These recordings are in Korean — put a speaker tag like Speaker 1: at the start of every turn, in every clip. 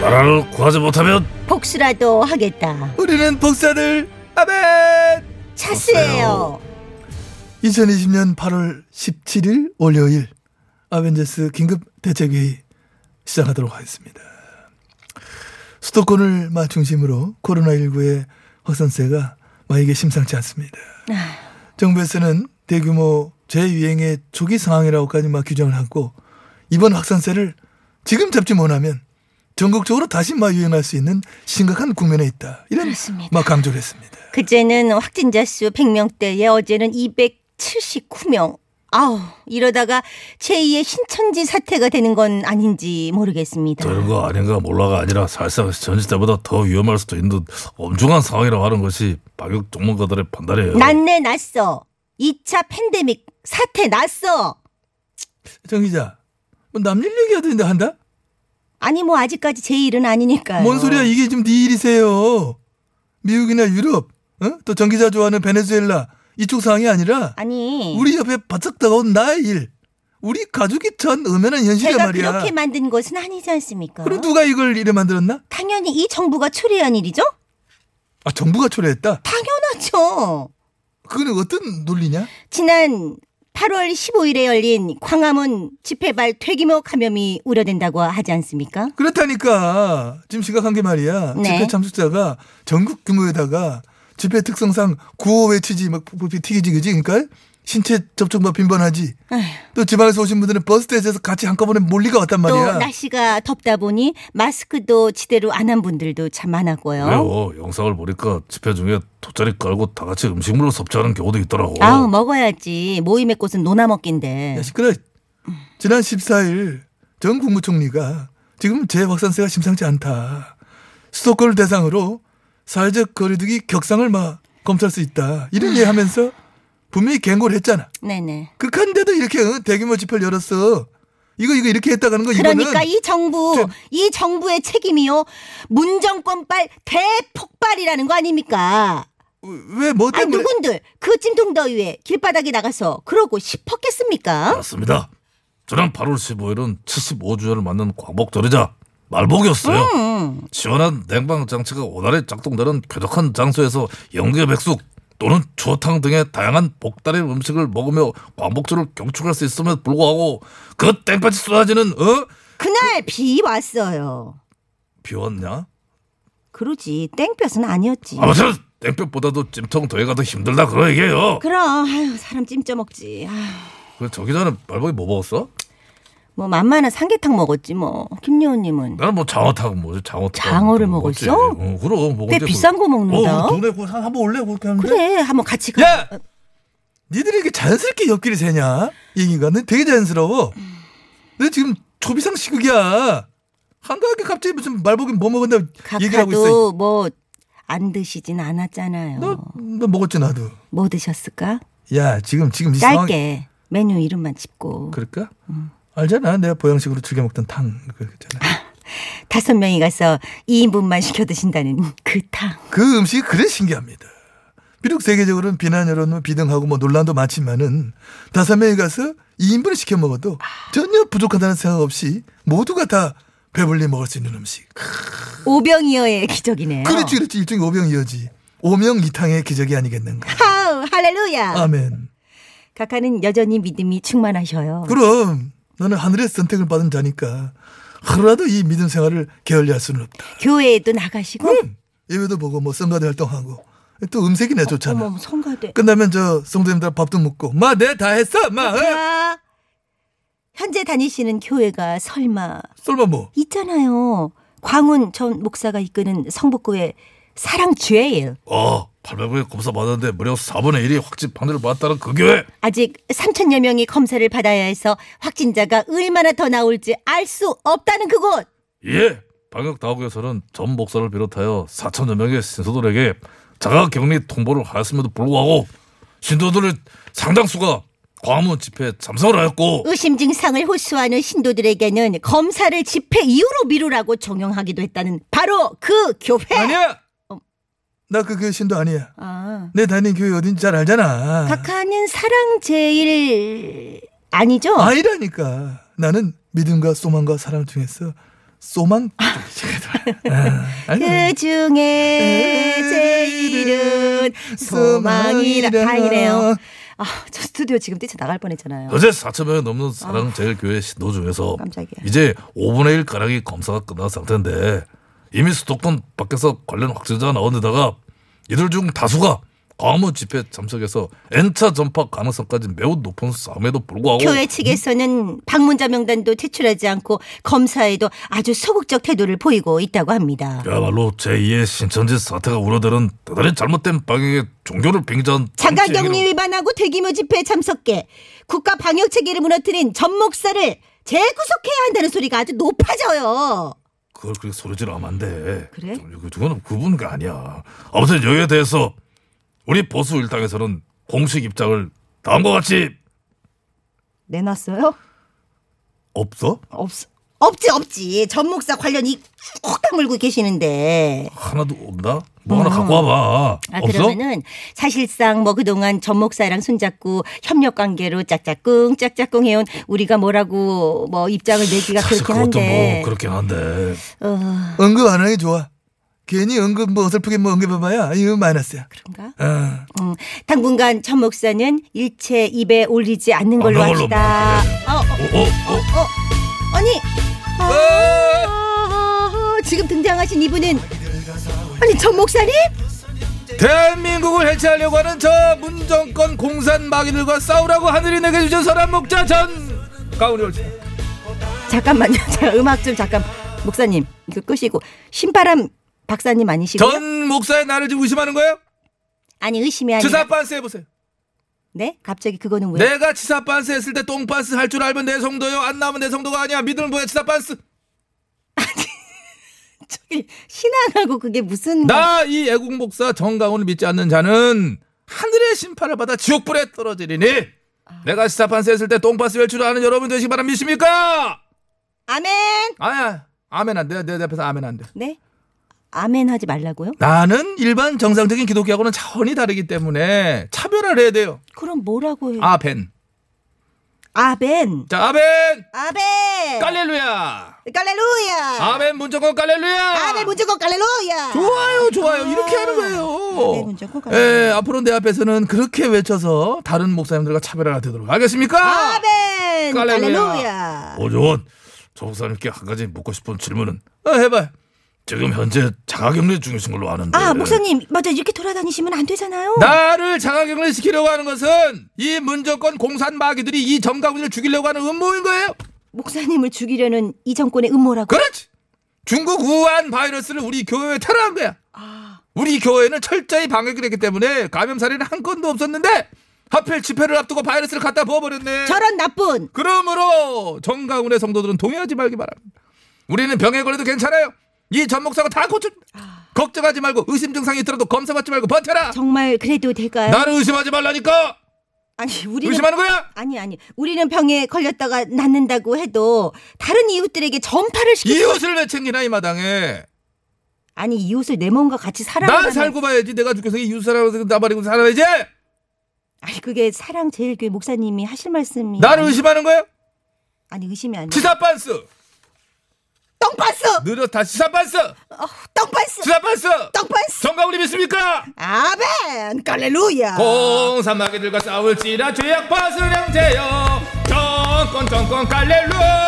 Speaker 1: 나라를 구하지 못하면
Speaker 2: 복수라도 하겠다.
Speaker 3: 우리는 복사를 아멘!
Speaker 2: 차스예요.
Speaker 3: 2020년 8월 17일 월요일 아벤져스 긴급 대책회의 시작하도록 하겠습니다. 수도권을 마 중심으로 코로나19의 확산세가 마 이게 심상치 않습니다. 정부에서는 대규모 재유행의 초기 상황이라고까지 막 규정을 하고 이번 확산세를 지금 잡지 못하면 전국적으로 다시 막 유행할 수 있는 심각한 국면에 있다. 이런
Speaker 2: 그렇습니다.
Speaker 3: 막 강조를 했습니다.
Speaker 2: 그제는 확진자 수 100명대에 어제는 279명. 아우 이러다가 제2의 신천지 사태가 되는 건 아닌지 모르겠습니다.
Speaker 1: 되는 거 아닌가 몰라가 아니라 사실상 전시 때보다 더 위험할 수도 있는 엄중한 상황이라고 하는 것이 방역 전문가들의 판단이에요.
Speaker 2: 난내 났어. 2차 팬데믹 사태 났어.
Speaker 3: 정 기자, 뭐 남일 얘기하던데 한다?
Speaker 2: 아니 뭐 아직까지 제 일은 아니니까요.
Speaker 3: 뭔 소리야 이게 지금 네 일이세요. 미국이나 유럽, 어? 또 전기자 좋아하는 베네수엘라 이쪽 상황이 아니라
Speaker 2: 아니
Speaker 3: 우리 옆에 바짝 다가온 나의 일, 우리 가족이 처한 엄연한 현실이야
Speaker 2: 제가
Speaker 3: 말이야.
Speaker 2: 그렇게 만든 것은 아니지 않습니까?
Speaker 3: 그럼 누가 이걸 이래 만들었나?
Speaker 2: 당연히 이 정부가 초래한 일이죠?
Speaker 3: 아 정부가 초래했다.
Speaker 2: 당연하죠.
Speaker 3: 그건 어떤 논리냐?
Speaker 2: 지난 8월 15일에 열린 광화문 집회발 퇴기모 감염이 우려된다고 하지 않습니까?
Speaker 3: 그렇다니까 지금 심각한 게 말이야.
Speaker 2: 네.
Speaker 3: 집회 참석자가 전국 규모에다가 집회 특성상 구호 외치지 막 부피 튀기지 그지 그러니까 신체 접촉만 빈번하지.
Speaker 2: 에휴,
Speaker 3: 또 지방에서 오신 분들은 버스 대에서 같이 한꺼번에 몰리가 왔단
Speaker 2: 아, 또
Speaker 3: 말이야.
Speaker 2: 날씨가 덥다 보니 마스크도 제대로 안 한 분들도 참 많았고요.
Speaker 1: 왜요? 영상을 보니까 집회 중에 돗자리 깔고 다 같이 음식물을 섭취하는 경우도 있더라고.
Speaker 2: 아우 뭐? 먹어야지 모임의 꽃은 노나 먹긴데.
Speaker 3: 야, 시끄러. 지난 14일 전 국무총리가 지금 재확산세가 심상치 않다. 수도권을 대상으로 사회적 거리두기 격상을 막 검토할 수 있다.
Speaker 2: 음.
Speaker 3: 이런 얘기하면서 분명히 경고를 했잖아.
Speaker 2: 네네.
Speaker 3: 극한데도 이렇게 어, 대규모 집회를 열었어. 이거 이거 이렇게 했다가는 거 이거는
Speaker 2: 그러니까 이 정부
Speaker 3: 저-
Speaker 2: 이 정부의 책임이요 문정권발 대폭발이라는 거 아닙니까?
Speaker 3: 왜뭐
Speaker 2: 아니
Speaker 3: 때문에
Speaker 2: 누군들 그 찜통더위에 길바닥에 나가서 그러고 싶었겠습니까?
Speaker 1: 맞습니다. 지난 8월 15일은 75주년을 맞는 광복절이자 말복이었어요.
Speaker 3: 아.
Speaker 2: 음.
Speaker 1: 시원한 냉방 장치가 원활히 작동되는 쾌적한 장소에서 연계 백숙 또는 추어탕 등의 다양한 복다리 음식을 먹으며 광복절을 경축할 수 있음에도 불구하고 그 땡볕이 쏟아지는 어?
Speaker 2: 그날 비 왔어요.
Speaker 1: 비웠냐?
Speaker 2: 그러지 땡볕은 아니었지.
Speaker 1: 아무튼 땡볕보다도 찜통 더위가 더 힘들다 그런 얘기예요.
Speaker 2: 그럼 아유 사람 찜쪄 먹지. 아유,
Speaker 1: 그래 저기 전에 말복이 뭐 먹었어?
Speaker 2: 뭐 만만한 삼계탕 먹었지 뭐. 김여우님은
Speaker 1: 나는 뭐 장어탕 뭐지 장어탕
Speaker 2: 장어를
Speaker 1: 먹었지.
Speaker 2: 먹었어?
Speaker 1: 어, 그럼 먹었지.
Speaker 2: 꽤 비싼 거 먹는다.
Speaker 1: 어, 동네
Speaker 3: 뭐,
Speaker 1: 그거 한- 한번 올래 그렇게 하는데.
Speaker 2: 그래 한번 같이 가.
Speaker 3: 야! 니들이 이렇게 자연스럽게 옆길이 새냐? 얘기가 는 되게 자연스러워. 너 지금 초비상 시국이야. 한가하게 갑자기 무슨 말복이 뭐 먹었나 얘기를 하고 있어.
Speaker 2: 각하도 뭐 안 드시진 않았잖아요.
Speaker 3: 너, 너 먹었지 나도.
Speaker 2: 뭐 드셨을까?
Speaker 3: 야 지금 지금 이 상황
Speaker 2: 짧게 음. 메뉴 이름만 짚고
Speaker 3: 그럴까? 알잖아 내가 보양식으로 즐겨 먹던 탕 그거 있잖아.
Speaker 2: 다섯 명이 가서 2인분만 시켜 드신다는 그 탕.
Speaker 3: 그 음식이 그래 신기합니다. 비록 세계적으로는 비난 여론은 비등하고 뭐 논란도 많지만은 다섯 명이 가서 2인분을 시켜 먹어도 전혀 부족하다는 생각 없이 모두가 다 배불리 먹을 수 있는 음식.
Speaker 2: 오병이어의 기적이네요.
Speaker 3: 그렇지 그렇지 일종의 오병이어지 오명이탕의 기적이 아니겠는가
Speaker 2: 하우, 할렐루야.
Speaker 3: 아멘
Speaker 2: 각하는 여전히 믿음이 충만하셔요.
Speaker 3: 그럼 나는 하늘의 선택을 받은 자니까 하루라도 이 믿음 생활을 게을리할 수는 없다 음!
Speaker 2: 교회에도 나가시고
Speaker 3: 예배도 보고 뭐 성가대 활동하고 또 음색이나 좋잖아
Speaker 2: 어머 성가대.
Speaker 3: 끝나면 저 성도님들 밥도 먹고 마 내 다 했어
Speaker 1: 아,
Speaker 3: 마
Speaker 1: 네.
Speaker 3: 어?
Speaker 2: 자, 현재 다니시는 교회가 설마
Speaker 3: 설마 뭐
Speaker 2: 있잖아요. 광운 전 목사가 이끄는 성북교회 사랑 죄일.
Speaker 1: 어, 800명의 검사 받았는데 무려 4분의 1이 확진 판결을 받았다는 그 교회.
Speaker 2: 아직 3천여 명이 검사를 받아야 해서 확진자가 얼마나 더 나올지 알 수 없다는 그곳.
Speaker 1: 예. 방역 당국에서는 전 목사를 비롯하여 4천여 명의 신도들에게 자가 격리 통보를 하였음에도 불구하고 신도들의 상당수가 광화문 집회에 참석을 하였고
Speaker 2: 의심 증상을 호소하는 신도들에게는 검사를 집회 이후로 미루라고 종용하기도 했다는 바로 그 교회.
Speaker 1: 아니야.
Speaker 3: 나 그 교회 신도 아니야.
Speaker 2: 아,
Speaker 3: 내 다니는 교회 어딘지 잘 알잖아.
Speaker 2: 각하는 사랑 제일 아니죠?
Speaker 3: 아니라니까. 나는 믿음과 소망과 사랑 중에서 소망 쪽이거든. 아, 아니.
Speaker 2: 그 중에 제일은 소망이라 아이네요. 아, 저 스튜디오 지금 뛰쳐나갈 뻔했잖아요.
Speaker 1: 어제 4천 명이 넘는 사랑 제일 교회 신도 중에서
Speaker 2: 아. 깜짝이야.
Speaker 1: 이제 5분의 1 가량이 검사가 끝난 상태인데 이미 수도권 밖에서 관련 확진자가 나온 데다가 이들 중 다수가 광화문 집회 참석해서 N차 전파 가능성까지 매우 높은 싸움에도 불구하고
Speaker 2: 교회 측에서는 방문자 명단도 제출하지 않고 검사에도 아주 소극적 태도를 보이고 있다고 합니다.
Speaker 1: 그야말로 제2의 신천지 사태가 우려되는 대단히 잘못된 방향의 종교를 빙자한 정치
Speaker 2: 장가격리
Speaker 1: 행위로
Speaker 2: 위반하고 대규모 집회에 참석해 국가 방역 체계를 무너뜨린 전 목사를 재구속해야 한다는 소리가 아주 높아져요.
Speaker 1: 그걸 그렇게 소리질 하면 안 돼.
Speaker 2: 그래?
Speaker 1: 좀, 그- 그건 그분가 아니야. 아무튼 여기에 대해서 우리 보수 일당에서는 공식 입장을 다음과 같이
Speaker 2: 내놨어요?
Speaker 1: 없어?
Speaker 2: 없어. 없지 없지. 전 목사 관련 이콕 다물고 계시는데.
Speaker 1: 하나도 없나? 뭐 하나 갖고 와봐.
Speaker 2: 아,
Speaker 1: 없어?
Speaker 2: 그러면은 사실상 뭐 그동안 전 목사랑 손잡고 협력 관계로 짝짝꿍 짝짝꿍 해온 우리가 뭐라고 뭐 입장을 내기가
Speaker 1: 사실
Speaker 2: 그렇긴
Speaker 1: 그것도
Speaker 2: 한데.
Speaker 1: 뭐 그렇긴 한데.
Speaker 2: 어,
Speaker 3: 언급 안 하는 게 좋아. 괜히 언급 뭐 어설프게 뭐 언급해봐야 이거 마이너스야.
Speaker 2: 그런가?
Speaker 1: 예.
Speaker 3: 아,
Speaker 2: 음, 당분간 전 목사는 일체 입에 올리지 않는 걸로
Speaker 1: 없는 아, 걸로
Speaker 2: 합시다. 어, 어,
Speaker 1: 어, 어, 어.
Speaker 2: 어, 아니. 아, 아,
Speaker 1: 네.
Speaker 2: 아, 지금 등장하신 이분은 아니 전 목사님?
Speaker 4: 대한민국을 해체하려고 하는 저 문정권 공산 마귀들과 싸우라고 하늘이 내게 주신 서란 목자 전 가훈이 올지
Speaker 2: 잠깐만요. 제가 음악 좀 잠깐 목사님 이거 끄시고 신바람 박사님 아니시고요?
Speaker 4: 전 목사의 나를 지금 의심하는 거예요?
Speaker 2: 아니 의심이 아니라
Speaker 4: 치사 반스 해보세요.
Speaker 2: 네? 갑자기 그거는 네. 왜?
Speaker 4: 내가 치사 반스 했을 때 똥 반스 할 줄 알면 내 성도요. 안 나면 내 성도가 아니야. 믿으면 뭐야 치사 반스.
Speaker 2: 네. 저기 신앙하고 그게 무슨
Speaker 4: 나 이 애국 목사 정강훈을 믿지 않는 자는 하늘의 심판을 받아 지옥불에 떨어지리니
Speaker 2: 아.
Speaker 4: 내가 치사 반스 했을 때 똥 반스 할 줄 아는 여러분 되시기 바람 믿습니까?
Speaker 2: 아멘.
Speaker 4: 아야 아멘 안 돼. 내, 내 앞에서 아멘 안 돼.
Speaker 2: 네? 아멘 하지 말라고요?
Speaker 4: 나는 일반 정상적인 기독교하고는 차원이 다르기 때문에 차별화를 해야 돼요.
Speaker 2: 그럼 뭐라고 해요?
Speaker 4: 아벤.
Speaker 2: 아벤.
Speaker 4: 자, 아벤!
Speaker 2: 아벤.
Speaker 4: 깔렐루야!
Speaker 2: 갈렐루야.
Speaker 4: 아벤 문정권 깔렐루야!
Speaker 2: 아멘 무조건 갈렐루야.
Speaker 4: 좋아요, 좋아요. 이렇게 하는
Speaker 2: 아멘
Speaker 4: 거예요.
Speaker 2: 문정권 갈렐루야.
Speaker 4: 예, 앞으로 내 앞에서는 그렇게 외쳐서 다른 목사님들과 차별화가 되도록 알겠습니까?
Speaker 2: 아멘. 네.
Speaker 4: 갈렐루야.
Speaker 2: 갈렐루야.
Speaker 1: 오조원, 조 목사님께 한 가지 묻고 싶은 질문은
Speaker 4: 어, 해봐요.
Speaker 1: 지금 현재 자가격리 중이신 걸로 아는데.
Speaker 2: 아, 목사님. 맞아. 이렇게 돌아다니시면 안 되잖아요.
Speaker 4: 네. 나를 장학영을 시키려고 하는 것은 이 문정권 공산 마귀들이 이 정가군을 죽이려고 하는 음모인 거예요.
Speaker 2: 목사님을 죽이려는 이 정권의 음모라고.
Speaker 4: 그렇지. 중국 우한 바이러스를 우리 교회에 테러한 거야.
Speaker 2: 아.
Speaker 4: 우리 교회는 철저히 방역을 했기 때문에 감염 사례는 한 건도 없었는데 하필 집회를 앞두고 바이러스를 갖다 부어버렸네.
Speaker 2: 저런 나쁜.
Speaker 4: 그러므로 정가운의 성도들은 동의하지 말기 바랍니다. 우리는 병에 걸려도 괜찮아요. 이 전목사가 다 고칩니다.
Speaker 2: 아.
Speaker 4: 걱정하지 말고 의심 증상이 있더라도 검사받지 말고 버텨라.
Speaker 2: 정말 그래도 될까요?
Speaker 4: 나를 의심하지 말라니까.
Speaker 2: 아니, 우리는
Speaker 4: 의심하는 거야.
Speaker 2: 아니 아니 우리는 병에 걸렸다가 낫는다고 해도 다른 이웃들에게 전파를 시키
Speaker 4: 이웃을 왜 챙기나 이 마당에.
Speaker 2: 아니 이웃을 내 몸과 같이 사랑하는
Speaker 4: 난 살고 봐야지. 내가 죽겠어. 이 이웃 사람을 나발이고 살아야지.
Speaker 2: 어. 아니 그게 사랑 제일교회 목사님이 하실 말씀이
Speaker 4: 나를 의심하는 거예요?
Speaker 2: 아니 의심이 아니야
Speaker 4: 치사반스
Speaker 2: 똥반스
Speaker 4: 느렸다 치사반스
Speaker 2: 어, 똥반스
Speaker 4: 치사반스
Speaker 2: 똥반스
Speaker 4: 정가울이 믿습니까?
Speaker 2: 아멘 갈렐루야
Speaker 4: 공산마귀들과 싸울지라 죄악 벗으령제여 정권 정권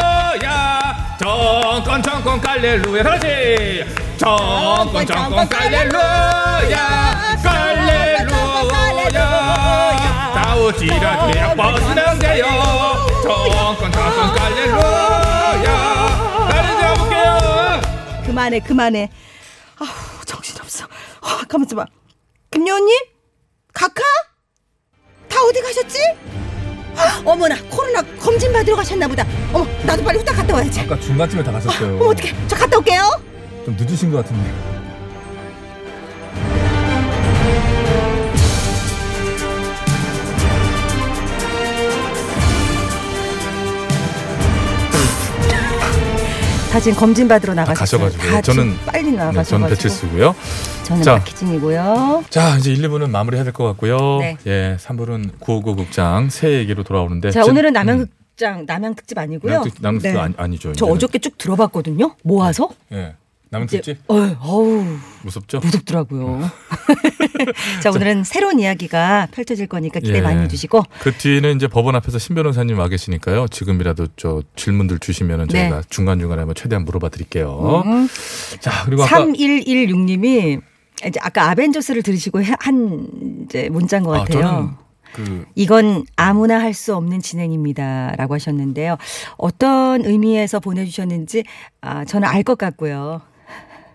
Speaker 4: 갈렐루야 정권 정권 갈렐루야 그렇지 정권 정권 갈렐루야 갈렐루야 싸울지라 죄악 벗으령제여 정권 정권 갈렐루야 나를 잡을게요
Speaker 2: 그만해 그만해 아우 정신없어 어, 아, 가만있어 봐. 금요님? 각하? 다 어디 가셨지? 아, 어머나 코로나 검진 받으러 가셨나 보다. 어머 나도 빨리 후딱 갔다 와야지.
Speaker 4: 아까 그러니까 중간쯤에 다 가셨어요.
Speaker 2: 어머 어떡해. 저 갔다 올게요.
Speaker 4: 좀 늦으신 것 같은데.
Speaker 2: 다 지금 검진 받으러 나가셨어요.
Speaker 4: 아, 가셔가지고요.
Speaker 2: 다 지금
Speaker 4: 저는-
Speaker 2: 빨리
Speaker 4: 네,
Speaker 2: 아, 나가셔가지고.
Speaker 4: 저는 배칠수고요.
Speaker 2: 저는
Speaker 4: 자.
Speaker 2: 박희진이고요.
Speaker 4: 자, 이제 1, 2부는 마무리해야 될 것 같고요.
Speaker 2: 네.
Speaker 4: 예, 3부는 959 국장 새 얘기로 돌아오는데.
Speaker 2: 자
Speaker 4: 진-
Speaker 2: 오늘은 남양
Speaker 4: 음,
Speaker 2: 극장 남양 특집 아니고요.
Speaker 4: 남양특- 남양특집
Speaker 2: 네.
Speaker 4: 아니- 아니죠.
Speaker 2: 저
Speaker 4: 이제는.
Speaker 2: 어저께 쭉 들어봤거든요. 모아서.
Speaker 4: 예. 남은
Speaker 2: 이제-
Speaker 4: 특집
Speaker 2: 어, 어우.
Speaker 4: 무섭죠? 음.
Speaker 2: 무섭더라고요. 자, 오늘은 새로운 이야기가 펼쳐질 거니까 기대
Speaker 4: 예.
Speaker 2: 많이 해주시고.
Speaker 4: 그 뒤에는 이제 법원 앞에서 신 변호사님 와 계시니까요. 지금이라도 저 질문들 주시면은
Speaker 2: 네.
Speaker 4: 저희가 중간중간에 한번 최대한 물어봐 드릴게요.
Speaker 2: 음,
Speaker 4: 자, 그리고 아까
Speaker 2: 3116님이 이제 아까 아벤져스를 들으시고 해- 한 이제 문자인 것
Speaker 4: 아,
Speaker 2: 같아요.
Speaker 4: 저는 그
Speaker 2: 이건 아무나 할 수 없는 진행입니다. 라고 하셨는데요. 어떤 의미에서 보내주셨는지 아, 저는 알 것 같고요.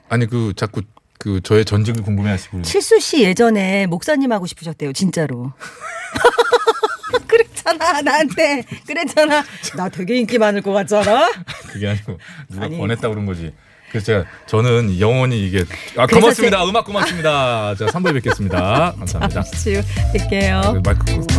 Speaker 4: 아니 그 자꾸 그 저의 전직을 궁금해 하시고
Speaker 2: 칠수 씨 예전에 목사님 하고 싶으셨대요, 진짜로. 그랬잖아, 나한테. 그랬잖아. 나 되게 인기 많을 것 같잖아.
Speaker 4: 그게 아니고 누가
Speaker 2: 아니.
Speaker 4: 권했다 그런 거지. 그래서 제가 저는 영원히 이게 아
Speaker 2: 그래서
Speaker 4: 고맙습니다. 음악 고맙습니다. 자, 3부에 뵙겠습니다. 감사합니다.
Speaker 2: 잠시 후 뵐게요.
Speaker 4: 마이크 끄고.